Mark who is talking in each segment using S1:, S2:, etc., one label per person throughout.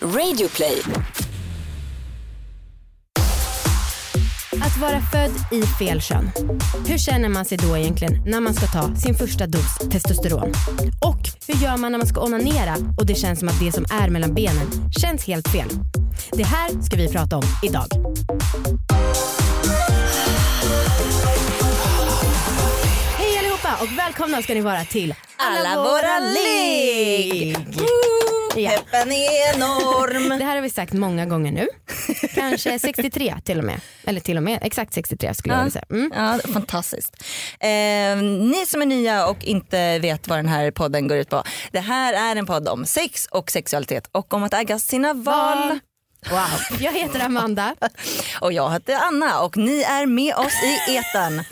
S1: Radioplay.
S2: Att vara född i fel kön. Hur känner man sig då egentligen när man ska ta sin första dos testosteron? Och hur gör man när man ska onanera och det känns som att det som är mellan benen känns helt fel? Det här ska vi prata om idag. Hej allihopa och välkomna ska ni vara till
S1: Alla våra ligg!
S2: Ja.
S1: Peppen är enorm.
S2: Det här har vi sagt många gånger nu. Kanske 63 till och med. Eller till och med exakt 63 skulle jag vilja säga. Mm.
S1: Ja, det är fantastiskt. Eh, ni som är nya och inte vet vad den här podden går ut på. Det här är en podd om sex och sexualitet och om att agga sina val.
S2: Wow. Jag heter Amanda.
S1: Och jag heter Anna och ni är med oss i etern.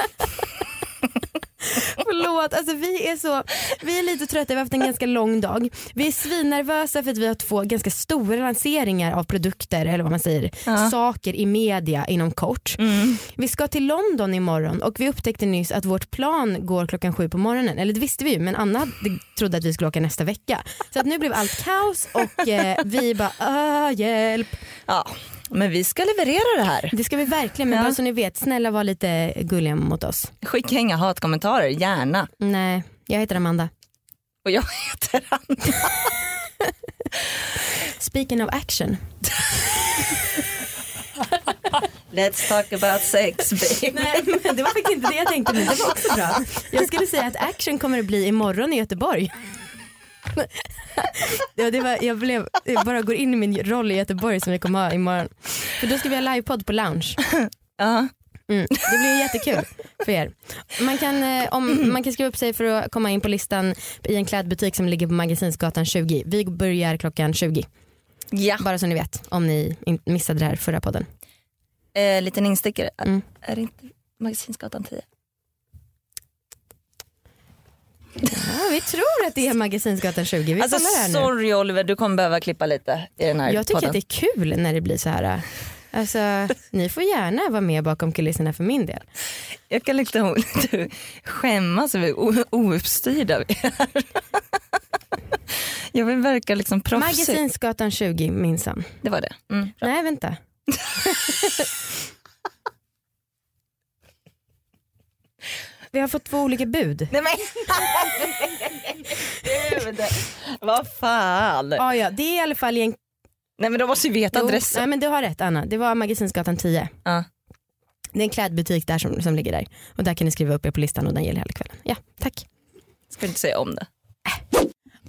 S2: Förlåt, alltså vi är så, vi är lite trötta, vi har haft en ganska lång dag. Vi är svinnervösa för att vi har två ganska stora lanseringar av produkter eller vad man säger, saker i media inom kort. Vi ska till London imorgon och vi upptäckte nyss att vårt plan går klockan sju på morgonen, eller det visste vi ju men Anna hade- trodde att vi skulle åka nästa vecka. Så att nu blev allt kaos och eh, vi bara "Ah, hjälp.
S1: Ja, men vi ska leverera det här.
S2: Det ska vi verkligen men
S1: Ja.
S2: bara så ni vet, snälla var lite gulliga mot oss.
S1: Skicka inga hatkommentarer, gärna.
S2: Nej, jag heter Amanda.
S1: Och jag heter Anna.
S2: Speaking of action.
S1: Let's talk about sex baby.
S2: Nej, men det var faktiskt inte det jag tänkte men det var också bra. Jag skulle säga att action kommer att bli imorgon i Göteborg. Ja, det var, jag, blev, jag bara går in i min roll i Göteborg som vi kommer ha imorgon. För då ska vi ha livepodd på Lounge.
S1: Ja.
S2: Mm, det blir jättekul för er. Man kan, eh, om, man kan skriva upp sig för att komma in på listan i en klädbutik som ligger på Magasinsgatan 20. Vi börjar klockan 20.
S1: ja.
S2: Bara så ni vet om ni in- missade det här förra podden.
S1: Eh, liten instickare.
S2: Mm.
S1: Är det inte Magasinsgatan 10?
S2: Ja, vi tror att det är Magasinsgatan 20. Vi
S1: Alltså
S2: kollar här nu.
S1: sorry Oliver, du kommer behöva klippa lite i den här
S2: Jag tycker
S1: podden.
S2: att det är kul när det blir så här. Alltså, ni får gärna vara med bakom kulisserna för min del.
S1: Jag kan lite, lite skämmas över hur o- ouppstyrda vi är. Jag vill verka liksom proffsig.
S2: Magasinsgatan 20 minsann.
S1: Det var det. Mm.
S2: Nej vänta. Vi har fått två olika bud.
S1: Nej men gud, vad fan.
S2: Ah, ja, det är i alla fall i en...
S1: Nej men de måste ju veta
S2: Jo,
S1: adressen.
S2: Nej men du har rätt Anna, det var Magasinsgatan 10.
S1: Ja.
S2: Det är en klädbutik där som, som ligger där. Och där kan ni skriva upp er på listan och den gäller hela kvällen. Ja, tack.
S1: Ska du inte säga om det?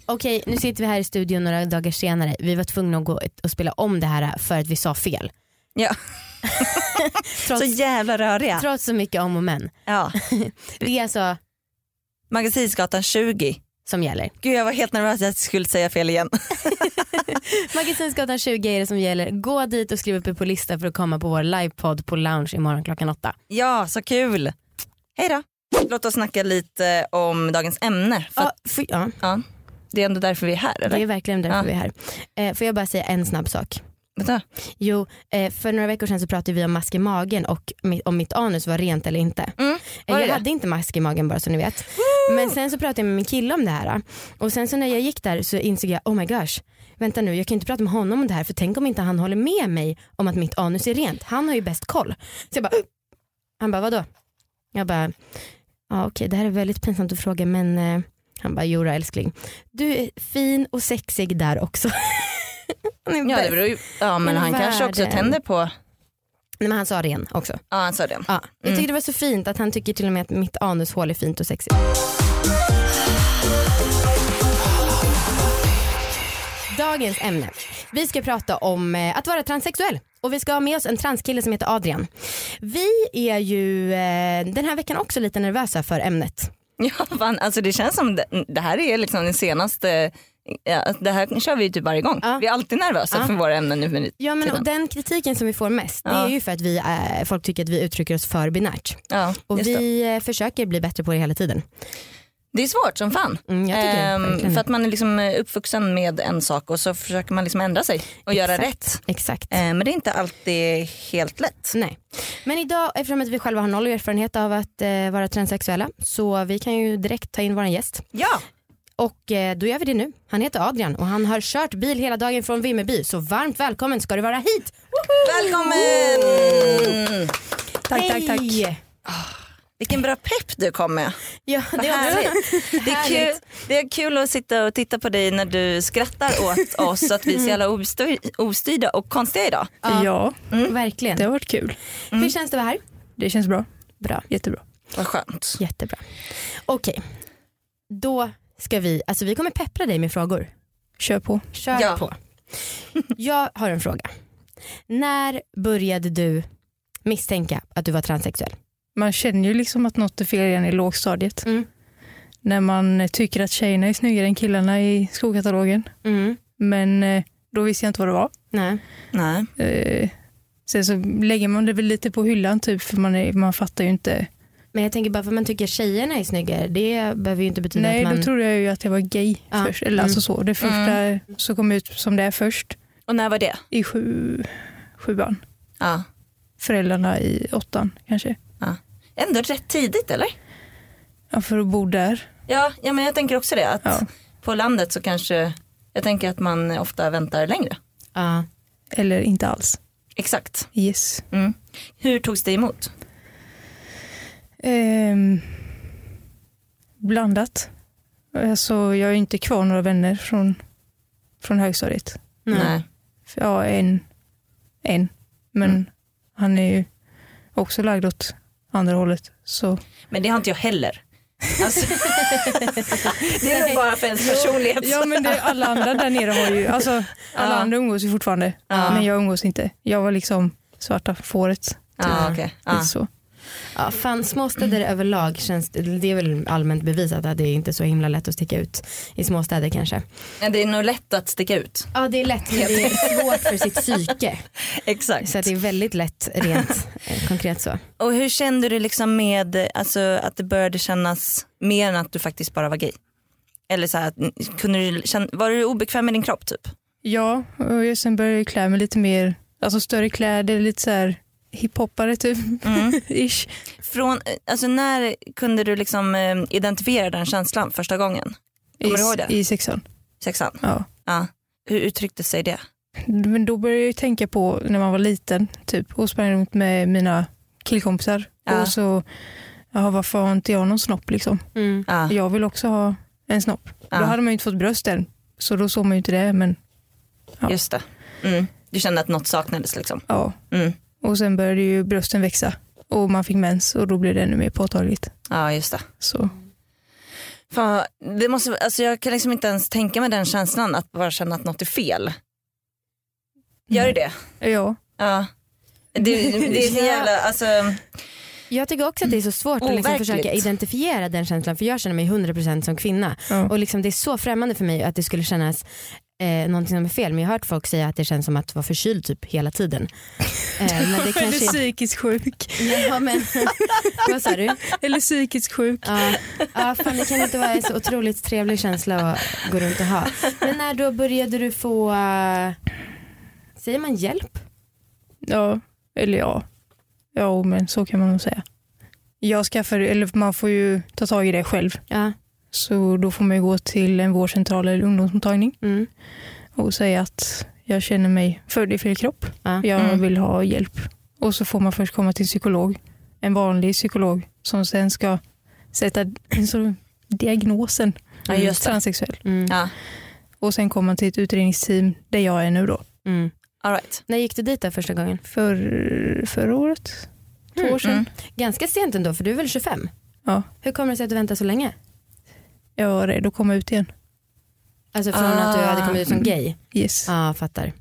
S2: Okej, nu sitter vi här i studion några dagar senare. Vi var tvungna att gå och spela om det här för att vi sa fel.
S1: Ja.
S2: Trots,
S1: Så jävla röriga.
S2: trots så mycket om och men.
S1: Ja.
S2: Det är alltså
S1: Magasinsgatan 20.
S2: som gäller.
S1: Gud jag var helt nervös att jag skulle säga fel igen.
S2: Magasinsgatan 20 är det som gäller. Gå dit och skriv upp er på lista för att komma på vår livepodd på Lounge imorgon klockan åtta.
S1: Ja, så kul. Hej då. Låt oss snacka lite om dagens ämne. För
S2: Ja,
S1: att,
S2: för, ja,
S1: ja, det är ändå därför vi är här eller?
S2: det är verkligen därför
S1: Ja.
S2: vi är här. Eh, får jag bara säga en snabb sak?
S1: Vänta.
S2: Jo, eh, för några veckor sedan så pratade vi om mask i magen och mi- om mitt anus var rent eller inte.
S1: Mm,
S2: Eh,
S1: var det
S2: jag
S1: det?
S2: hade inte mask i magen bara så ni vet. Men sen så pratade jag med min kille om det här och sen så när jag gick där så insåg jag, oh my gosh, vänta nu jag kan inte prata med honom om det här för tänk om inte han håller med mig om att mitt anus är rent. Han har ju bäst koll. Så jag bara, "Ugh." han bara vadå? Jag bara, ja okej det här är väldigt pinsamt att fråga men eh, han bara, jodå älskling, du är fin och sexig där också. Han är
S1: Ja, det
S2: bäst.
S1: beror ju. ja men
S2: Men
S1: han kanske också
S2: världen.
S1: tänder på,
S2: Nej, men han sa ren också.
S1: ja han sa det.
S2: Ja. Jag tyckte det var så fint att han tycker till och med att mitt anushål är fint och sexigt. Dagens ämne. Vi ska prata om eh, att vara transsexuell och vi ska ha med oss en transkille som heter Adrian. Vi är ju eh, den här veckan också lite nervösa för ämnet.
S1: Ja, fan, alltså det känns som det, det här är liksom den senaste, ja, det här kör vi ju typ varje gång.
S2: Ja.
S1: Vi är alltid nervösa
S2: Ja.
S1: för våra ämnen nu för tiden.
S2: Ja, men, och den kritiken som vi får mest det
S1: Ja.
S2: är ju för att vi, eh, folk tycker att vi uttrycker oss för binärt.
S1: Ja,
S2: Och
S1: just det.
S2: vi eh, försöker bli bättre på det hela tiden.
S1: det är svårt som fan.
S2: Mm, jag tycker det,
S1: Ehm,
S2: verkligen.
S1: för att man är liksom eh, uppvuxen med en sak och så försöker man liksom ändra sig och göra
S2: Exakt.
S1: rätt.
S2: Exakt.
S1: Ehm, men det är inte alltid helt lätt.
S2: Alltså, Nej. Men idag, eftersom att vi själva har noll erfarenhet av att eh, vara transsexuella, så vi kan ju direkt ta in vår gäst.
S1: Ja,
S2: Och eh, då gör vi det nu. Han heter Adrian och han har kört bil hela dagen från Vimmerby. Så varmt välkommen ska du vara hit.
S1: Välkommen!
S3: Tack, tack, tack.
S2: Hej!
S1: Vilken bra pepp du kom med.
S2: Ja,
S1: Vad
S2: det är också.
S1: härligt. Det är, kul, det är kul att sitta och titta på dig när du skrattar åt oss så att vi är så jävla ostyr- ostyrda och konstiga idag.
S2: Ja.
S3: Ja,
S2: Verkligen.
S3: det har varit kul.
S2: Hur känns det att vara här?
S3: Det känns bra.
S2: Bra.
S3: Jättebra.
S1: Vad skönt.
S2: Jättebra. Okej, då ska vi, alltså vi kommer peppra dig med frågor.
S3: Kör på.
S2: Kör
S1: Ja.
S2: på. Jag har en fråga. När började du misstänka att du var transsexuell?
S3: Man känner ju liksom att något är fel redan i lågstadiet.
S2: Mm.
S3: När man tycker att tjejerna är snyggare än killarna i skolkatalogen. Men eh, då visste jag inte vad det var.
S2: Nej.
S1: Nej.
S3: Eh, Sen så lägger man det väl lite på hyllan typ för man, är, man fattar ju inte.
S2: Men jag tänker bara för att man tycker tjejerna är snyggare, det behöver ju inte betyda
S3: Nej,
S2: att man...
S3: då trodde jag ju att jag var gay
S2: Ja. Mm.
S3: först. Eller alltså så. Det första som kom ut som det är först
S1: Och när var det?
S3: i sju, sjuan.
S1: Ja.
S3: Föräldrarna i åttan kanske.
S1: ja. Ändå rätt tidigt eller?
S3: Ja, för att bo där.
S1: Ja, ja men jag tänker också det. Att
S3: Ja.
S1: På landet så kanske, jag tänker att man ofta väntar längre.
S2: Ja.
S3: Eller inte alls.
S1: Exakt.
S3: Yes.
S1: Mm. Hur togs det emot?
S3: Ehm, blandat. Alltså, jag har ju inte kvar några vänner från, från högstadiet.
S1: Mm.
S2: Nej.
S3: För Ja, en. En. Men
S1: Mm.
S3: han är ju också lagd åt andra hållet. Så
S1: Men det har inte jag heller. Alltså, det är nog bara för ens personlighet.
S3: Ja men det, alla andra där nere har ju, alltså
S1: Ja.
S3: alla andra umgås ju fortfarande.
S1: Ja.
S3: Men jag umgås inte. Jag var liksom svarta fåret.
S1: Ja, okej.
S3: Lite
S1: ja.
S3: så.
S2: Ja, fan, småstäder överlag känns, det är väl allmänt bevisat att det är inte så himla lätt att sticka ut i småstäder kanske.
S1: Men det är nog lätt att sticka ut.
S2: Ja det är lätt men det är svårt för sitt psyke.
S1: Exakt.
S2: Så att det är väldigt lätt rent eh, konkret så.
S1: Och hur kände du liksom med eh, alltså, att det började kännas mer än att du faktiskt bara var gay? Eller så här, att, mm, kunde du känna, var du obekväm med din kropp typ?
S3: Ja, och jag- sen började jag klä mig lite mer, alltså större kläder, lite så här hiphoppare typ. Ish.
S1: Mm. Från, eh, alltså, när kunde du liksom, eh, identifiera den känslan första gången? Kommer du ihåg det?
S3: I, i sexan.
S1: Sexan?
S3: Ja.
S1: Ja. Hur uttryckte sig det?
S3: Men då började jag ju tänka på när man var liten typ, och sprang runt med mina killkompisar.
S1: Ja.
S3: Och så, jaha, varför har inte jag någon snopp liksom?
S2: Mm.
S1: Ja.
S3: Jag vill också ha en snopp.
S1: Ja.
S3: Då hade man ju inte fått bröst än, så då såg man ju inte det. Men ja.
S1: Just det. Mm. Du kände att något saknades liksom?
S3: ja.
S1: Mm.
S3: Och sen började ju brösten växa och man fick mens och då blev det ännu mer påtagligt.
S1: Ja just det.
S3: Så
S1: Fan, det måste, alltså, jag kan liksom inte ens tänka mig den känslan att bara känna att något är fel. Gör du det?
S3: ja,
S1: Ja. Det, det är så
S2: Ja.
S1: jävla, alltså,
S2: Jag tycker också att det är så svårt att liksom
S1: Overkligt.
S2: försöka identifiera den känslan för jag känner mig 100% som kvinna.
S3: Ja.
S2: Och liksom det är så främmande för mig att det skulle kännas eh, någonting som är fel. Men jag har hört folk säga att det känns som att vara förkyld typ hela tiden. Eh, men det
S3: Eller
S2: kanske är...
S3: psykiskt sjuk.
S2: Ja, men... Vad sa du?
S3: Eller psykiskt sjuk.
S2: Ja, ja fan, det kan inte vara en så otroligt trevlig känsla att gå runt och ha. Men när då började du få, eh, säger man hjälp?
S3: Ja, eller ja. Ja, men så kan man nog säga. Jag skaffade, eller man får ju ta tag i det själv.
S2: Ja.
S3: Så då får man ju gå till en vårdcentral eller ungdomsmottagning
S2: Mm.
S3: och säga att jag känner mig född i fel kropp.
S2: Ja.
S3: Jag
S1: Mm.
S3: vill ha hjälp. Och så får man först komma till en psykolog, en vanlig psykolog som sen ska sätta så, diagnosen
S1: Ja, just det.
S3: transsexuell.
S2: Mm.
S1: ja.
S3: Och sen kommer man till ett utredningsteam där jag är nu då.
S2: Mm.
S1: All right.
S2: När gick du dit då första gången?
S3: För, förra året? Två år sedan?
S1: Mm.
S2: Ganska sent ändå för du är väl 25?
S3: Ja.
S2: Hur kommer det sig att du väntar så länge?
S3: Jag var rädd att komma ut igen.
S2: Alltså från
S1: Ah.
S2: att du hade kommit ut som gay?
S3: Yes.
S2: Ja, fattar.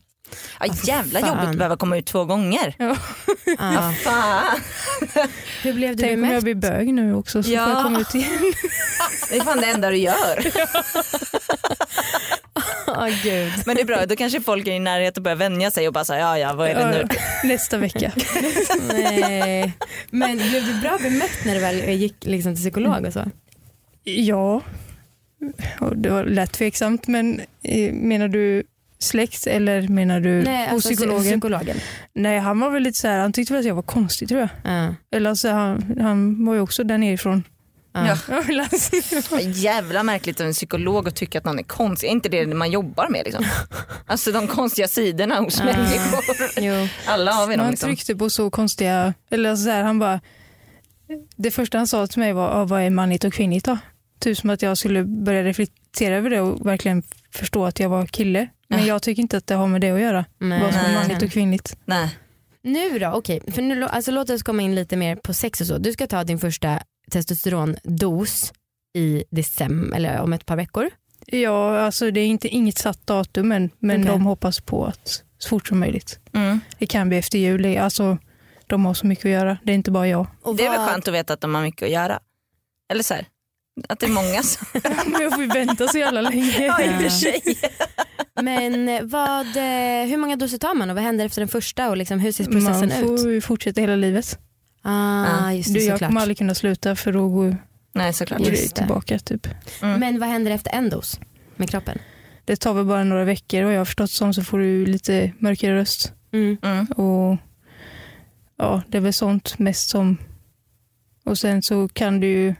S1: Ja,
S2: för
S1: jävla
S2: fan.
S1: jobbigt att behöva komma ut två gånger.
S2: Ja.
S1: Fan.
S2: Hur blev du
S3: Tänk om jag
S2: bemött?
S3: blir bög nu också så
S1: Ja.
S3: får jag komma ut igen.
S1: Det är fan det enda du gör.
S2: Åh gud.
S1: Men det är bra, då kanske folk är i närheten och börjar vänja sig och bara säga ja ja vad är det nu?
S3: Nästa vecka.
S2: Nej. Men blev du bra bemött när du väl gick liksom till psykolog och
S3: Mm.
S2: så?
S3: Ja, Och det var lätt tveksamt men eh, menar du släkt eller menar du
S2: Nej, alltså,
S3: hos psykologen?
S2: psykologen.
S3: Nej, han var väl lite så här, han tyckte väl att jag var konstig tror jag.
S2: Ja.
S3: Eller alltså, han, han var ju också där nerifrån.
S2: Ja.
S3: Överlast.
S1: Jävla märkligt av en psykolog att tycka att någon är konstig. Är inte det det man jobbar med liksom? Alltså de konstiga sidorna hos människor.
S2: Jo.
S1: Alla har vi dem
S3: Han
S1: liksom.
S3: tryckte på så konstiga, eller alltså så här, han bara, det första han sa till mig var, ah, vad är manligt och kvinnligt då? Typ som att jag skulle börja reflektera över det och verkligen förstå att jag var kille. Men
S1: Ja.
S3: jag tycker inte att det har med det att göra,
S2: Nej.
S3: vad som är
S1: Nej.
S3: manligt och kvinnligt.
S1: Nej.
S2: Nu då, okej. För nu, lå- alltså, låt oss komma in lite mer på sex och så. Du ska ta din första testosterondos i december, eller om ett par veckor.
S3: Ja, alltså det är inte, inget satt datum men, men
S2: Okej.
S3: de hoppas på att så fort som möjligt.
S1: Mm.
S3: Det kan bli efter jul, Det- alltså de har så mycket att göra, det är inte bara jag.
S2: Och
S1: Det är väl
S2: vad-
S1: skönt att veta att de har mycket att göra. Eller så här, att det är många som...
S3: Men jag får ju vänta så jävla länge.
S1: Ja, i och för sig.
S2: Men vad, eh, hur många doser tar man och vad händer efter den första och liksom, hur ser processen
S3: Man
S2: ut?
S3: får ju fortsätta hela livet.
S2: Ah, just det,
S3: Du, jag
S2: såklart.
S3: kommer aldrig kunna sluta för då går
S1: Nej såklart.
S2: Just
S3: det
S2: det.
S3: tillbaka. Typ.
S1: Mm.
S2: Men vad händer efter en dos med kroppen?
S3: Det tar väl bara några veckor och jag har förstått som så får du lite mörkare röst.
S2: Mm.
S1: Mm.
S3: Och ja, det är väl sånt mest som... Och sen så kan du ju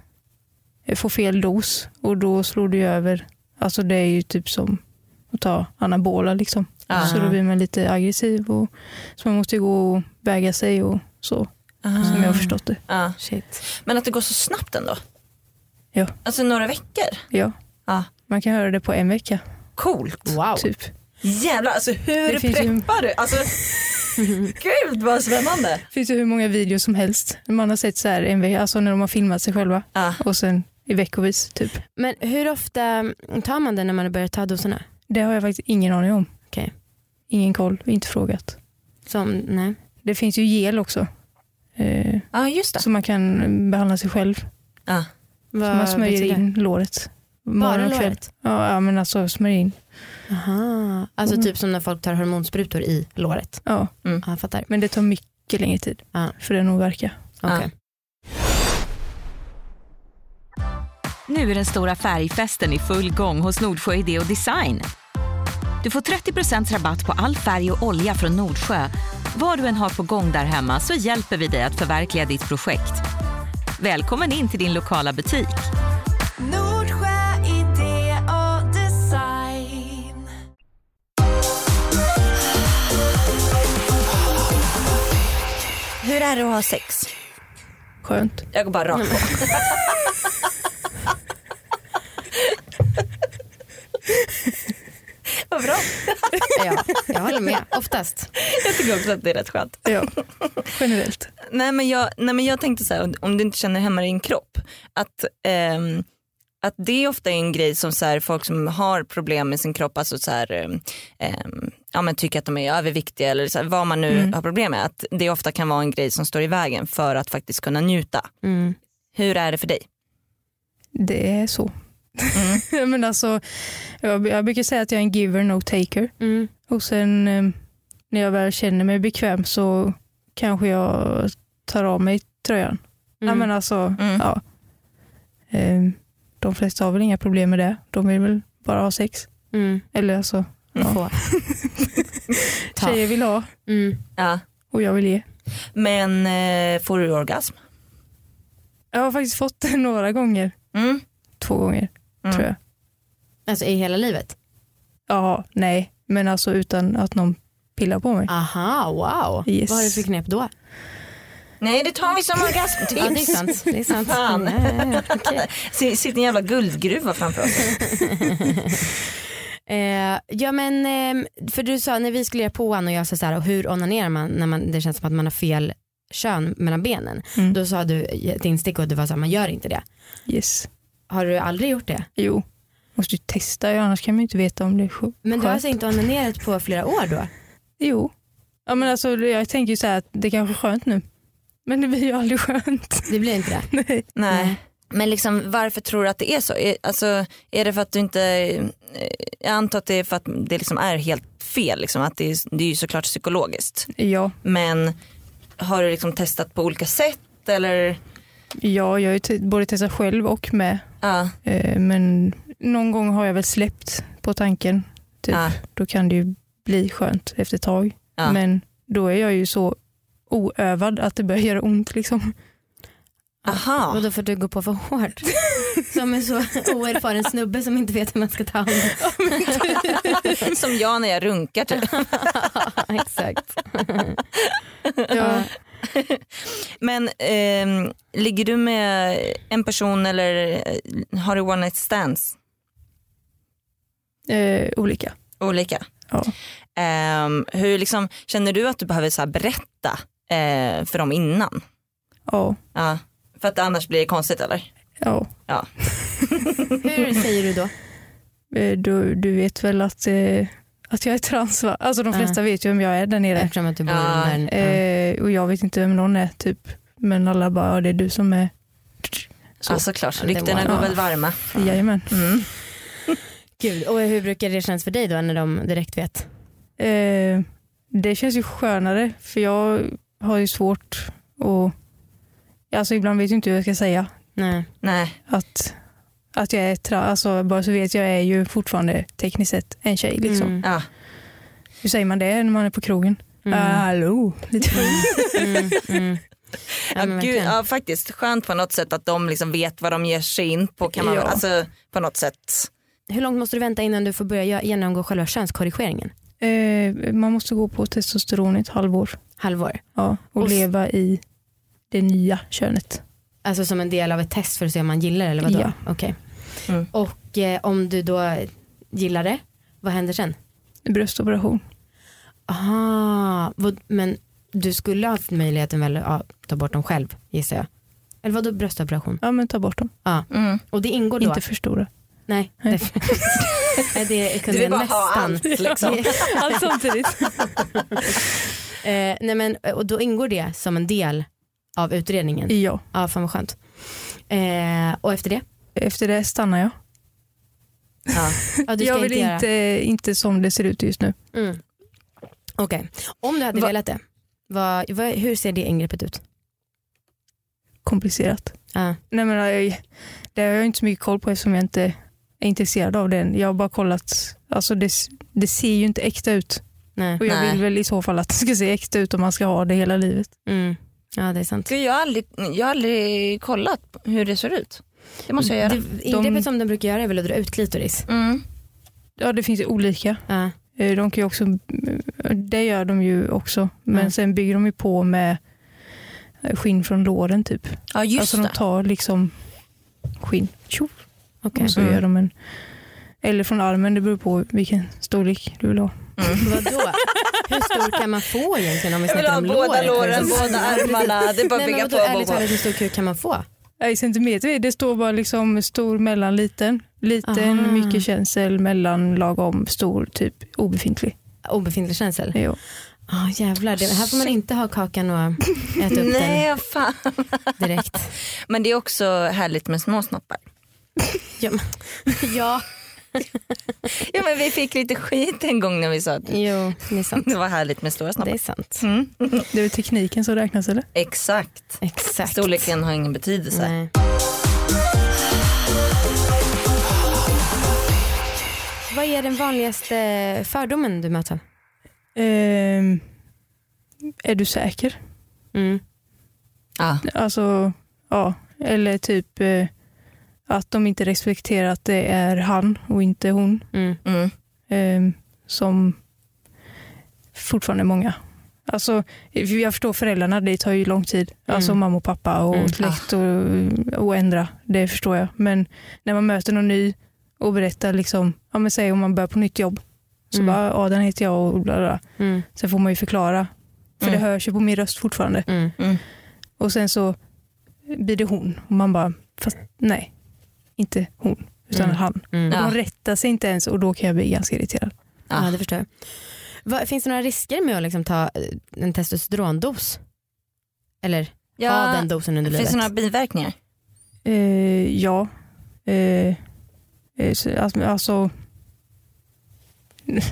S3: få fel dos och då slår du ju över. Alltså det är ju typ som att ta anabola liksom.
S1: Ja.
S3: Så då blir man lite aggressiv och så man måste ju gå och väga sig och så som
S1: Mm.
S3: jag har förstått det.
S1: Ah. Ja.
S2: Shit.
S1: Men att det går så snabbt ändå.
S3: Ja.
S1: Alltså några veckor.
S3: Ja,
S1: Ja.
S3: man kan höra det på en vecka
S1: Coolt.
S2: Wow.
S3: typ.
S1: Jävlar alltså hur
S3: Det finns ju-
S1: preppar du? Alltså, gud vad spännande.
S3: finns det hur många videos som helst. Man har sett så här en vecka, alltså när de har filmat sig själva
S1: Ja.
S3: och sen i veckovis typ.
S2: Men hur ofta tar man det när man har börjat ta doserna?
S3: Det har jag faktiskt ingen aning om.
S2: Okej.
S3: Ingen koll, inte frågat.
S2: Som, nej.
S3: Det finns ju gel också. Eh,
S1: Ja just det.
S3: så man kan behandla sig själv.
S1: Ja.
S2: Vad
S3: så man smörjer
S2: betyder det?
S3: in låret.
S2: Bara
S3: Morgon och kväll.
S2: låret?
S3: Ja, ja men alltså smörjer in.
S2: Aha. Alltså typ som när folk tar hormonsprutor i låret.
S3: Ja.
S2: Ja, jag fattar.
S3: Men det tar mycket längre tid
S2: Ja.
S3: för den att verka.
S2: Okej.
S1: Ja.
S4: Nu är den stora färgfesten i full gång hos Nordsjö Idé och Design. Du får 30 rabatt på all färg och olja från Nordsjö. Vad du än har på gång där hemma så hjälper vi dig att förverkliga ditt projekt. Välkommen in till din lokala butik.
S5: Nordsjö idé och design.
S1: Hur är det att ha sex?
S3: Skönt.
S1: Jag går bara rakt på. Vad bra.
S2: Ja, jag håller med. Oftast.
S1: Jag tycker också att det är rätt skönt.
S3: Ja. Generellt.
S1: Nej men jag, nej, men jag tänkte så här, om du inte känner hemma i din kropp, att, ehm, att det ofta är en grej som så här, folk som har problem med sin kropp, alltså så här, ehm, ehm, ja, men tycker att de är överviktiga eller så här, vad man nu har problem med, att det ofta kan vara en grej som står i vägen för att faktiskt kunna njuta.
S2: Mm.
S1: Hur är det för dig?
S3: Det är så.
S2: Mm.
S3: men alltså, jag, jag brukar säga att jag är en giver, no taker.
S2: Mm.
S3: Och sen eh, när jag väl känner mig bekväm så kanske jag tar av mig tröjan. Ja, men alltså,
S1: Mm.
S3: ja. Eh, de flesta har väl inga problem med det. De vill väl bara ha sex.
S2: Mm.
S3: Eller alltså,
S2: Få. Ta.
S3: tjejer vill ha
S2: Mm.
S1: Ja.
S3: och jag vill ge.
S1: Men eh, får du orgasm?
S3: Jag har faktiskt fått det några gånger.
S1: Mm.
S3: Två gånger
S1: Mm.
S3: tror jag.
S2: Alltså i hela livet?
S3: Ja, nej. Men alltså utan att någon pillar på mig.
S2: Ah. Aha, wow.
S3: Yes.
S2: Vad har du för knep då?
S1: Nej det tar vi som
S2: Ja, det är
S1: orgasmtips.
S2: sant. Det är sant.
S1: Fan.
S2: Ja, ja, ja. Okej.
S1: S- Sitter en jävla guldgruva framför oss.
S2: Eh, ja men, ehm, för du sa när vi skulle göra påan och jag sa så här, hur onanerar man när man, det känns som att man har fel kön mellan benen.
S3: Mm.
S2: Då sa du ett instick och du var så här, man gör inte det.
S3: Yes.
S2: Har du aldrig gjort det?
S3: Jo. Måste ju testa, ja, annars kan man ju inte veta om det är skönt.
S2: Men du har alltså inte onanerat på flera år då?
S3: Jo. Ja, men alltså, jag tänker ju så här att det kanske är skönt nu. Men det blir ju aldrig skönt.
S2: Det blir inte det?
S3: Nej.
S1: Nej. Men liksom, varför tror du att det är så? Är, alltså, är det för att du inte, eh, jag antar att det är för att det liksom är helt fel. Liksom, att det, är, det är ju såklart psykologiskt.
S3: Ja,
S1: Men har du liksom testat på olika sätt eller?
S3: ja jag har ju te- både testat själv och med.
S1: Ja,
S3: Eh, men någon gång har jag väl släppt på tanken. Typ.
S1: ja,
S3: Då kan det ju bli skönt efter ett tag.
S1: ja.
S3: Men då är jag ju så oövad att det börjar göra ont. Liksom.
S1: Aha.
S2: Och då får du gå på för hårt. Som en så oerfaren snubbe som inte vet hur man ska ta hand
S1: Som jag när jag runkar typ.
S2: om. Exakt.
S3: Ja.
S1: Men ehm, ligger du med en person eller eh, har du one night stands?
S3: Eh, olika.
S1: Olika.
S3: Ja.
S1: Ehm, hur liksom, känner du att du behöver så här berätta eh, för dem innan?
S3: Ja.
S1: Ja. För att annars blir det konstigt eller?
S3: ja.
S2: Hur säger du då?
S3: Eh, Du, du vet väl att, eh, att jag är trans va? Alltså de
S2: Ja.
S3: flesta vet ju vem jag är där nere.
S2: Eftersom att du bor i
S1: Ja,
S2: den här...
S3: Eh, och jag vet inte vem någon är typ. Men alla bara, ja, det är du som är.
S1: Så. Ja såklart,
S2: Det
S1: ryktena
S2: var-
S1: går väl varma.
S3: Jajamän.
S1: Mm.
S2: Gud, och hur brukar det kännas för dig då när de direkt vet?
S3: Eh, det känns ju skönare för jag har ju svårt och alltså ibland vet jag inte hur jag ska säga
S2: Nej.
S1: Nej,
S3: att, att jag är trans. Alltså bara så vet jag är ju fortfarande tekniskt sett en tjej liksom.
S2: Mm.
S1: ja.
S3: Hur säger man det när man är på krogen?
S2: Mm.
S3: Ah, hallå? Lite.
S2: Mm. Mm.
S1: Ja, gud,
S2: men verkligen.
S1: ja, faktiskt skönt på något sätt att de liksom vet vad de ger sig in på. Kan man,
S3: Ja.
S1: alltså, på något sätt.
S2: Hur långt måste du vänta innan du får börja gö- genomgå själva könskorrigeringen?
S3: Eh, man måste gå på testosteron i ett halvår
S2: Halvår?
S3: ja, och,
S2: Och s-
S3: leva i det nya könet.
S2: Alltså som en del av ett test för att se om man gillar det eller vadå?
S3: Ja.
S2: Okej.
S1: Mm.
S2: Och eh, om du då gillar det, vad händer sen?
S3: Bröstoperation.
S2: Aha, vad, men du skulle ha haft möjligheten väl att ta bort dem själv gissar jag? Eller vadå bröstoperation?
S3: Ja men ta bort dem,
S1: Mm.
S2: Och det ingår då?
S3: inte förstora.
S2: Nej.
S3: Nej.
S2: Det, Nej, det
S1: Du
S2: kunde
S1: vill
S2: jag
S1: bara ha
S2: nästan.
S1: allt liksom.
S3: Allt samtidigt.
S2: Eh, nej men, och då ingår det som en del av utredningen. Ja,
S3: Ja,
S2: ah, fan vad skönt. Eh, och efter det?
S3: efter det stannar jag.
S1: Ja.
S2: Ja, du ska
S3: jag vill
S2: inte,
S3: inte, inte som det ser ut just nu.
S2: göra- Mm. Okej, om du hade
S3: Va-
S2: velat det, vad, vad, hur ser det ingreppet ut?
S3: Komplicerat.
S2: Ah,
S3: Nej men jag, det har jag inte så mycket koll på eftersom jag inte är intresserad av den. Jag har bara kollat, alltså det, det ser ju inte äkta ut.
S2: nej.
S3: Och jag
S1: Nej.
S3: vill väl i så fall att det ska se äkta ut om man ska ha det hela livet.
S2: Mm. Ja det är sant.
S1: Gud, jag, har aldrig, jag har aldrig kollat hur det ser ut. Det måste jag
S2: Det,
S1: göra.
S2: ingreppet som de brukar göra är väl att dra ut klitoris?
S1: Mm.
S3: Ja det finns ju olika.
S2: Ja.
S3: Eh, De kan ju också, eh, det gör de ju också. Men
S2: Mm.
S3: sen bygger de ju på med eh, skinn från låren typ.
S1: Ja just
S3: alltså
S1: det.
S3: de tar liksom skinn. Tjo,
S2: okej.
S3: Och så
S1: Mm.
S3: gör de en... Eller från armen, det beror på vilken storlek du vill ha.
S2: Mm. Vadå? Hur stor kan man få egentligen om vi
S1: Jag vill
S2: snackar
S1: ha
S2: om
S1: båda låren,
S2: precis.
S1: båda armarna. Det är bara att
S2: Nej
S1: bygga
S2: men
S1: på.
S2: vadå, ärligt
S1: på, på.
S2: talat hur stor kuk kan man få?
S3: Nej, centimeter, det står bara liksom stor, mellan, liten. Liten,
S2: Aha.
S3: mycket känsel, mellan, lagom, stor, typ obefintlig.
S2: Obefintlig känsel?
S3: Ja.
S2: Ja jävlar, det, här får man inte ha kakan och äta upp den
S1: Nej fan.
S2: direkt.
S1: Men det är också härligt med små snoppar.
S2: Ja, men- ja,
S1: Ja men vi fick lite skit en gång när vi sa att
S2: jo det är sant.
S1: det var härligt med stora
S2: Det
S1: snoppar.
S2: är sant.
S1: Mm.
S3: Det är väl tekniken som räknas eller?
S1: Exakt.
S2: Exakt.
S1: Storleken har ingen betydelse.
S2: Nej. Vad är den vanligaste fördomen du möter?
S3: Ehm, är du säker?
S2: Mm.
S1: Ja.
S3: Alltså, ja. Eller typ eh, att de inte respekterar att det är han och inte hon.
S2: Mm.
S1: Mm.
S3: ehm, som fortfarande är många. Alltså, jag förstår föräldrarna, det tar ju lång tid.
S2: Mm.
S3: Alltså mamma och pappa och
S2: Mm.
S3: släkt och, och ändra, det förstår jag. Men när man möter någon ny och berättar, liksom, ja, men säg om man börjar på nytt jobb, så
S2: Mm.
S3: bara, ja den heter jag och bla bla. bla.
S2: Mm.
S3: Sen får man ju förklara, för
S1: Mm.
S3: det hörs ju på min röst fortfarande.
S2: Mm.
S3: Och sen så blir det hon och man bara, fast nej, inte hon, utan
S2: Mm.
S3: han.
S2: Mm.
S1: Ja.
S3: De rättar sig inte ens och då kan jag bli ganska irriterad.
S2: Ja. det förstår jag. Vad- finns det några risker med att liksom ta eh, en testosterondos? Eller ha den dosen under
S1: finns
S2: livet?
S1: det några biverkningar?
S3: Eh, ja. Eh, eh, så- alltså, alltså vad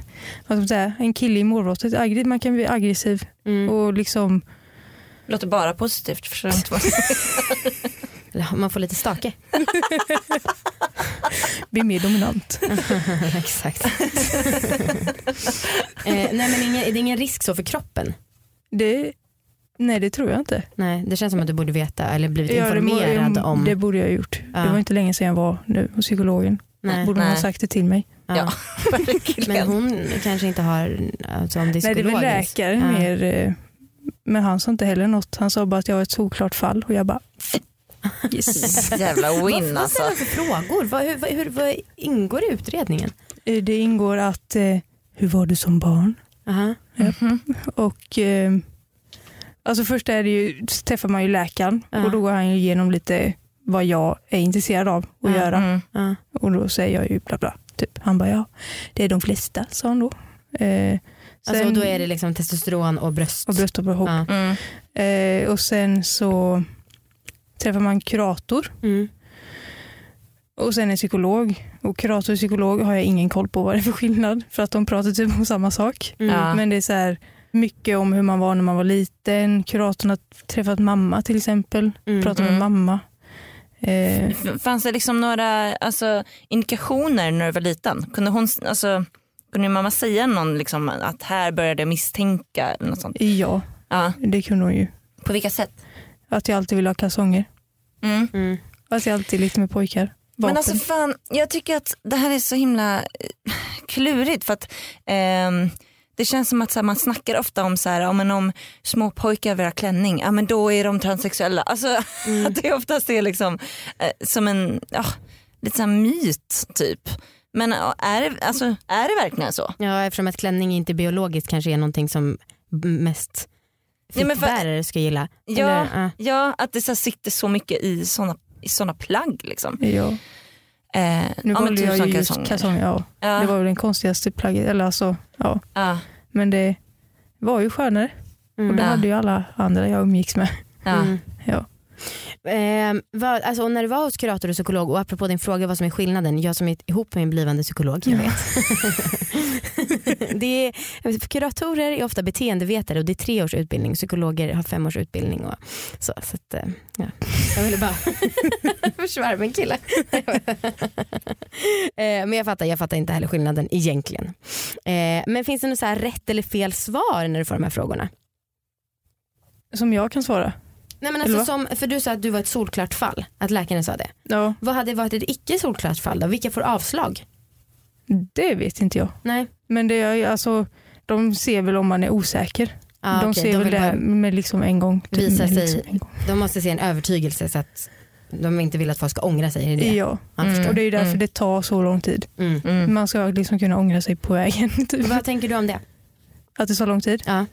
S3: ska man säga, en kille i morgonrottet, aggre- man kan bli aggressiv
S2: Mm.
S3: och liksom,
S1: Låter bara positivt. Förstår inte vad-
S2: Eller Man får lite stake.
S3: bli mer dominant.
S2: Exakt. eh, nej men ingen, det är ingen risk så för kroppen.
S3: Det, Nej det tror jag inte.
S2: Nej, det känns som att du borde veta eller blivit
S3: Ja, det må-
S2: informerad
S3: jag-
S2: om.
S3: Det borde jag ha gjort.
S2: Ja.
S3: Det var inte länge sedan jag var nu hos psykologen.
S2: nej,
S3: Borde hon ha
S1: Nej.
S3: sagt det till mig.
S2: ja.
S1: Ja, verkligen.
S2: Men hon kanske inte har, alltså, om det är
S3: Nej det är väl
S2: psykologiskt.
S3: läkaren
S2: Ja.
S3: mer. eh, Men han sa inte heller något. Han sa bara att jag var ett solklart fall och jag bara yes.
S1: Jävla
S2: Vad-
S1: win
S2: vad
S1: alltså.
S2: ställer man för frågor? Vad, hur, vad- hur, vad ingår i utredningen?
S3: Eh, det ingår att eh, hur var du som barn?
S2: Aha.
S3: Och eh, alltså först är det ju, träffar man ju läkaren
S2: Ja.
S3: och då går han ju igenom lite vad jag är intresserad av att
S2: Ja.
S3: göra.
S1: Mm.
S2: Ja.
S3: Och då säger jag ju bla bla. Typ. Han bara ja, det är de flesta sa han då. Eh,
S2: Alltså, och då är det liksom testosteron och bröst.
S3: och bröstoperation.
S2: Ja.
S1: Mm.
S3: Eh, och sen så träffar man kurator
S2: Mm.
S3: och sen en psykolog. Och kurator och psykolog har jag ingen koll på vad det är för skillnad för att de pratar typ om samma sak.
S2: Mm.
S1: Ja.
S3: Men det är så här mycket om hur man var när man var liten. Kuratorn har träffat mamma till exempel.
S2: Mm.
S3: Pratar med
S1: Mm.
S3: mamma. Eh,
S1: F- Fanns det liksom några alltså, indikationer när du var liten? Kunde, hon, alltså, kunde din mamma säga någon liksom, att här började jag misstänka? Eller något sånt?
S3: ja,
S1: Ja.
S3: det kunde hon ju.
S1: På vilka sätt?
S3: Att jag alltid ville ha kalsonger.
S1: Mm.
S2: Mm.
S3: Att jag alltid lekte med pojkar. Vapen.
S1: Men alltså fan, jag tycker att det här är så himla eh, klurigt för att ehm, det känns som att så här, man snackar ofta om så här, ja, men om små pojkar vill ha klänning, ja men då är de transsexuella. Alltså
S3: Mm.
S1: att det oftast är liksom eh, som en, ja, lite så här myt typ. Men ja, är det, alltså, är det verkligen så?
S2: ja, eftersom att klänning inte biologiskt kanske är någonting som b- mest
S1: Nej, men för-
S2: fittbärare ska gilla.
S1: Ja.
S2: Eller, ja.
S1: Ja, att det så här, sitter så mycket i sådana i såna plagg liksom.
S3: ja.
S1: Eh,
S3: Nu
S1: ja, men
S3: valde jag
S1: tusen
S3: ju just kalsonger. Ja.
S1: Ja,
S3: Det var väl den konstigaste plagget. Eller alltså, ja.
S1: ja,
S3: Men det var ju skönare. Och det
S1: Ja.
S3: hade ju alla andra jag umgicks med.
S1: ja.
S2: Mm.
S3: Ja.
S2: Ehm, vad, alltså, och när du var hos kurator och psykolog och apropå din fråga vad som är skillnaden, jag som är ihop med en blivande psykolog, jag vet. det är, kuratorer är ofta beteendevetare och det är tre års utbildning, psykologer har fem års utbildning. Och, så, så att, eh, ja. Jag ville bara försvara min kille. Ehm, men jag fattar, jag fattar inte heller skillnaden egentligen. Ehm, men finns det något så här rätt eller fel svar när du får de här frågorna?
S3: Som jag kan svara.
S2: Nej, men
S3: Eller
S2: alltså,
S3: vad?
S2: som, för du sa att du var ett solklart fall, att läkaren sa det.
S3: Ja,
S2: Vad hade varit ett icke solklart fall då? Vilka får avslag?
S3: det vet inte jag.
S2: Nej.
S3: Men det är ju alltså, de ser väl om man är osäker.
S2: Ah,
S3: de
S2: okej,
S3: ser
S2: de
S3: väl
S2: vill
S3: det här
S2: bara-
S3: med liksom en gång. typ,
S2: Visa
S3: med
S2: sig.
S3: Liksom en gång.
S2: De måste se en övertygelse så att de inte vill att folk ska ångra sig. Är det det?
S3: Ja,
S2: Ja, jag
S3: och
S2: förstår.
S3: det är ju därför
S1: Mm.
S3: det tar så lång tid.
S2: Mm.
S1: Mm.
S3: Man ska liksom kunna ångra sig på vägen. Typ.
S2: Vad tänker du om det?
S3: Att det tar lång tid.
S2: Ja.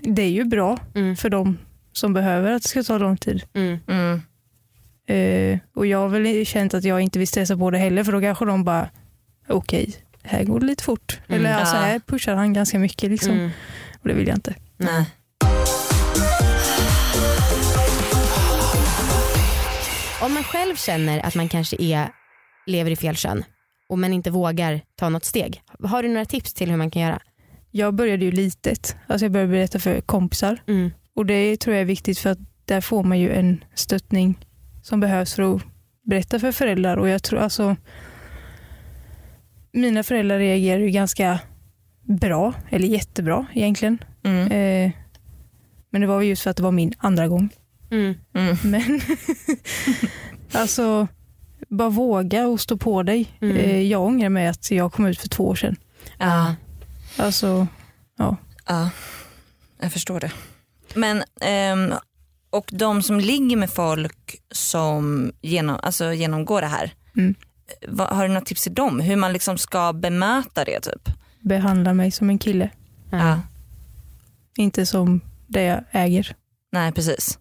S3: Det är ju bra
S2: Mm.
S3: för de som behöver att det ska ta lång tid.
S2: Mm.
S1: Mm.
S3: Eh, och jag har väl känt att jag inte vill stressa på det heller för då kanske de bara okej, här går det lite fort.
S2: Mm.
S3: Eller alltså
S1: Ja.
S3: här pushar han ganska mycket liksom.
S2: Mm.
S3: Och det vill jag inte.
S1: Nej.
S2: Om man själv känner att man kanske är, lever i fel kön och man inte vågar ta något steg. Har du några tips till hur man kan göra?
S3: Jag började ju litet. Alltså jag började berätta för kompisar.
S2: Mm.
S3: Och det tror jag är viktigt för att där får man ju en stöttning som behövs för att berätta för föräldrar. Och jag tror alltså mina föräldrar reagerar ju ganska bra, eller jättebra egentligen.
S1: Mm.
S3: Eh, men det var ju just för att det var min andra gång.
S2: Mm.
S1: Mm.
S3: Men alltså, bara våga och stå på dig.
S2: Mm.
S3: Eh, jag ångrar mig att jag kom ut för två år sedan.
S1: Ja.
S3: Alltså,
S1: Ja, jag förstår det. Men, ehm, och de som ligger med folk som genom, alltså genomgår det här,
S3: Mm.
S1: vad, har du några tips till dem? Hur man liksom ska bemöta det typ?
S3: behandla mig som en kille,
S2: Ja.
S1: Ja,
S3: inte som det jag äger.
S1: nej precis.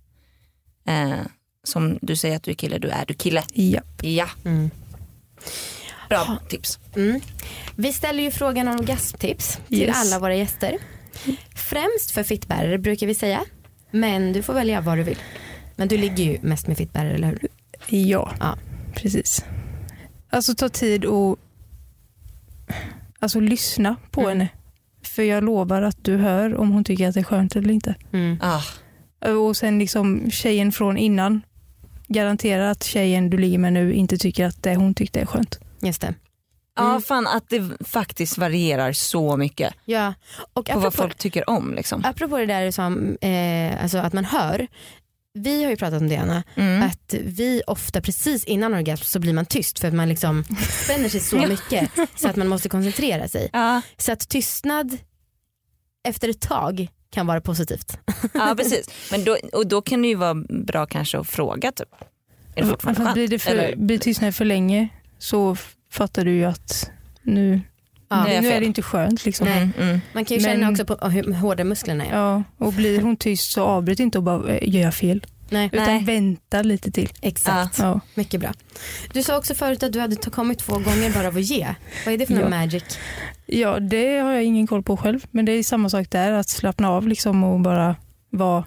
S1: Eh, som du säger att du är kille, du är du kille.
S3: Ja.
S1: Ja,
S2: Mm.
S1: bra tips.
S2: Mm. Vi ställer ju frågan om orgasmtips till
S3: Yes.
S2: alla våra gäster. Främst för fittbärare brukar vi säga. Men du får välja vad du vill. Men du ligger ju mest med fittbärare, eller hur?
S3: Ja,
S2: Ja.
S3: precis. Alltså ta tid och alltså, lyssna på
S2: Mm.
S3: henne. För jag lovar att du hör om hon tycker att det är skönt eller inte.
S2: Mm.
S1: Ah,
S3: Och sen liksom tjejen från innan garanterar att tjejen du ligger med nu inte tycker att det hon tyckte är skönt.
S2: Just det.
S1: Ja fan att det faktiskt varierar så mycket
S2: Ja. Och
S1: på vad
S2: apropå,
S1: folk tycker om liksom.
S2: apropå det där som, eh, alltså att man hör. Vi har ju pratat om det Anna,
S1: Mm.
S2: att vi ofta precis innan orgasm så blir man tyst för att man liksom spänner sig så mycket så att man måste koncentrera sig.
S1: Ja,
S2: Så att tystnad efter ett tag kan vara positivt.
S1: ja precis. Men då, och då kan det ju vara bra kanske att fråga typ. Är det fortfarande
S3: Fast
S1: skönt?
S3: blir, det för,
S1: Eller-
S3: blir tystnaden för länge så f- fattar du ju att nu,
S2: Ja.
S1: Nu är jag
S3: nu är
S1: fel.
S3: det inte skönt. Liksom.
S2: Nej.
S1: Mm, mm.
S2: Man kan ju
S3: Men-
S2: känna också på hur hårda musklerna är.
S3: Ja, och blir hon tyst så avbryt inte och bara, "Eh, gör jag fel?
S2: Nej,
S3: Utan
S1: Nej.
S3: vänta lite till.
S2: exakt.
S3: Ja.
S2: Mycket bra. Du sa också förut att du hade ta- kommit två gånger bara av att ge. Vad är det för någon
S3: Ja.
S2: magic?
S3: ja, det har jag ingen koll på själv. Men det är samma sak där, att slappna av liksom och bara vara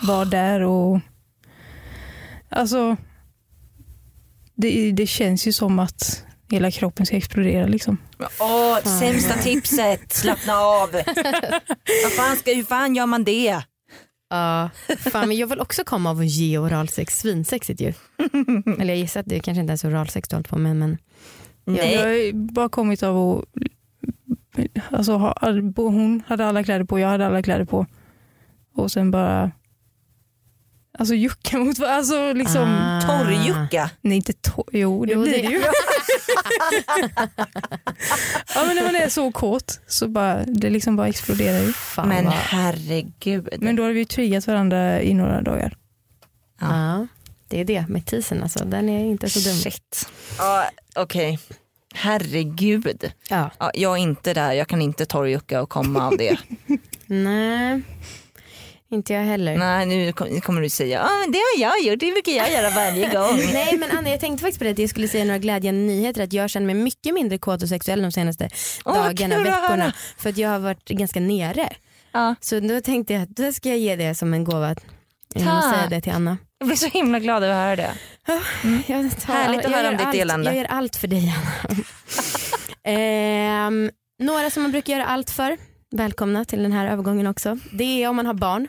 S3: vara där och... Alltså, det, det känns ju som att hela kroppen ska explodera liksom.
S1: Åh,
S2: Fan.
S1: sämsta tipset, slappna av. Vad fan ska, hur fan gör man det?
S2: Ja, fan men jag vill också komma av att ge oralsex, svinsexigt ju. Eller jag gissar att det kanske inte ens är oralsex du har hållit på med men
S3: Jag
S1: Mm. Nej.
S3: har ju bara kommit av att... Alltså, ha all, bo- hon hade alla kläder på, jag hade alla kläder på. Och sen bara... Alltså jucka mot varandra. Alltså liksom...
S1: Mm,
S2: Ah.
S1: Torrjucka.
S3: Nej inte to- Jo det
S2: Jo,
S3: blir
S2: det-
S3: det ju. ja men när man är så kåt så bara, det liksom bara exploderar ju.
S2: fan
S1: Men
S2: vad...
S1: herregud.
S3: Men då har vi ju triggat varandra i några dagar.
S2: Ja, det är det med tisen alltså, den är inte så dum.
S1: Shit. Ja, Okej. Herregud.
S2: Ja.
S1: Ja, jag är inte där, jag kan inte torrjucka och komma av det.
S2: Nej, inte jag heller.
S1: Nej nu kom- kommer du säga, ah, det har jag gjort, det brukar jag göra varje gång.
S2: Nej men Anna jag tänkte faktiskt på det att jag skulle säga några glädjande nyheter att jag känner mig mycket mindre kåt och sexuell de senaste
S1: Åh, vad
S2: dagarna och
S1: kul att
S2: veckorna.
S1: höra.
S2: För att jag har varit ganska nere.
S1: Ja,
S2: Så då tänkte jag att då ska jag ge det som en gåva. Jag måste
S1: Tack.
S2: säga det till Anna.
S1: jag blir så himla glad över att höra det.
S2: Jag tar,
S1: Härligt att
S2: jag
S1: höra
S2: gör
S1: om ditt
S2: allt,
S1: elände.
S2: Jag gör allt för dig Anna. Ehm, några som man brukar göra allt för. Välkomna till den här övergången också. Det är om man har barn.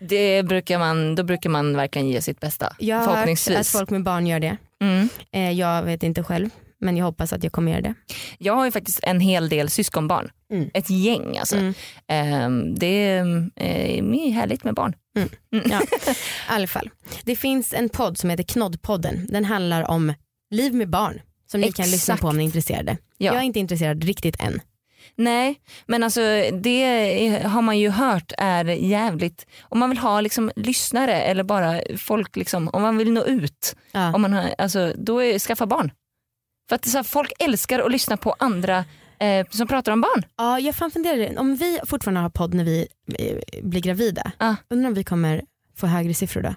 S1: det brukar man, då brukar man verkligen ge sitt bästa.
S2: Jag har hört att
S1: förhoppningsvis.
S2: folk med barn gör det.
S1: Mm.
S2: Eh, jag vet inte själv men jag hoppas att jag kommer göra det.
S1: Jag har ju faktiskt en hel del syskonbarn.
S2: Mm.
S1: Ett gäng alltså.
S2: Mm.
S1: Ehm, det ehm, är härligt med barn.
S2: I alla fall. Det finns en podd som heter Knoddpodden. Den handlar om liv med barn som ni kan
S1: Exakt.
S2: lyssna på om ni är intresserade.
S1: Ja.
S2: Jag är inte intresserad riktigt än.
S1: Nej, men alltså det är- har man ju hört är jävligt, om man vill ha liksom lyssnare eller bara folk, liksom, om man vill nå ut,
S2: Ja.
S1: om man har, alltså, då är skaffa barn. För att det är så här, folk älskar att lyssna på andra eh, som pratar om barn.
S2: Ja, jag fan funderar, om vi fortfarande har podd när vi eh, blir gravida,
S1: Ja.
S2: undrar om vi kommer få högre siffror då?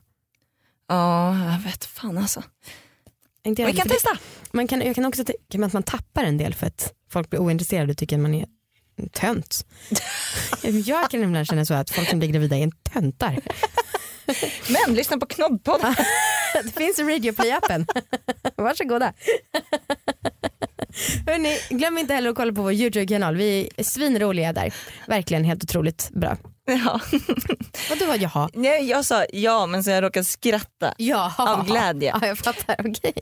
S1: Ja, jag vet fan alltså.
S2: Inte jag
S1: Vi
S2: heller,
S1: kan
S2: för det-
S1: testa.
S2: man kan, jag kan också tänka mig att man tappar en del för att folk blir ointresserade och tycker att man är en tönt. jag kan nämligen känna så att folk som blir gravida är en töntar.
S1: Men lyssna på Knoddpodden.
S2: Det finns i Radioplay-appen. Varsågoda. Hörrni, glöm inte heller att kolla på vår YouTube-kanal. Vi är svinroliga där. Verkligen helt otroligt bra.
S1: Ja.
S2: Vadå vad jaha?
S1: Nej, jag sa ja men sen jag råkade skratta
S2: Jaha.
S1: av glädje.
S2: Ja, jag fattar. Okej.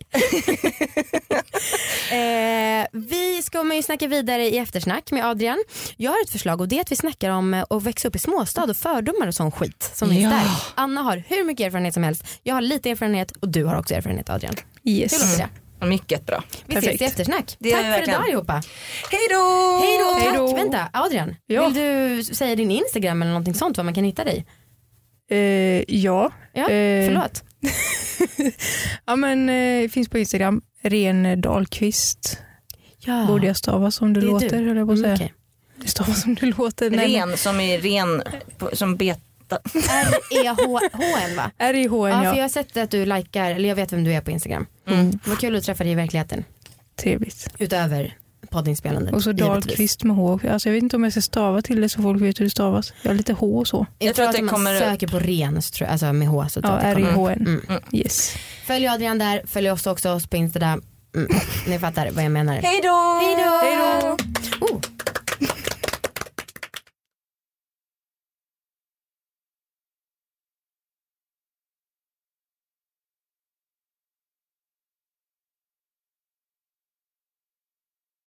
S2: eh, vi ska man ju snacka vidare i eftersnack med Adrian. Jag har ett förslag och det är att vi snackar om eh, att växa upp i småstad och fördomar och sån skit som finns
S1: Ja.
S2: där. Anna har hur mycket erfarenhet som helst. Jag har lite erfarenhet och du har också erfarenhet Adrian. Hur
S3: Yes.
S2: låter det?
S1: Mycket bra.
S2: Vi ses
S3: Perfekt.
S2: i eftersnack.
S1: Det gör vi
S2: Tack för
S1: verkligen.
S2: idag allihopa.
S1: Hej då!
S2: Hej då och
S3: Hej då.
S2: tack. Vänta Adrian,
S3: Ja.
S2: vill du säga din Instagram eller någonting sånt var man kan hitta dig?
S3: Eh, ja.
S2: Ja,
S3: Eh,
S2: Förlåt.
S3: Ja men eh, finns på Instagram. Ren Dahlqvist
S2: Ja.
S3: borde jag stava som det,
S2: Det är
S3: låter
S2: du.
S3: höll jag på att säga.
S2: Mm, okej.
S3: Det stavas som det låter. men-
S1: Ren som är ren på- som beta.
S2: E R-E-H-N va?
S3: R-I-H-N
S2: Ja, för
S3: ja. Mm,
S2: jag har sett att du likar, eller jag vet vem du är på Instagram.
S1: Mm.
S2: Vad kul att träffa dig i verkligheten.
S3: Trevligt.
S2: Utöver poddinspelandet.
S3: Och så
S2: givetvis.
S3: Dahlqvist med H. Alltså jag vet inte om jag ska stava till det så folk vet hur det stavas. Jag har lite H och så.
S2: Jag, tror att,
S1: det
S2: om man
S1: kommer-
S2: söker på ren, så tror jag, alltså med H så tror
S3: Ja, E
S2: jag att det kommer.
S3: R-I-H-N.
S2: Mm.
S3: Yes.
S2: Följ Adrian där, följ oss också oss på Instagram. Mm. Ni fattar vad jag menar.
S1: Hej då!
S2: Hej då! Oh.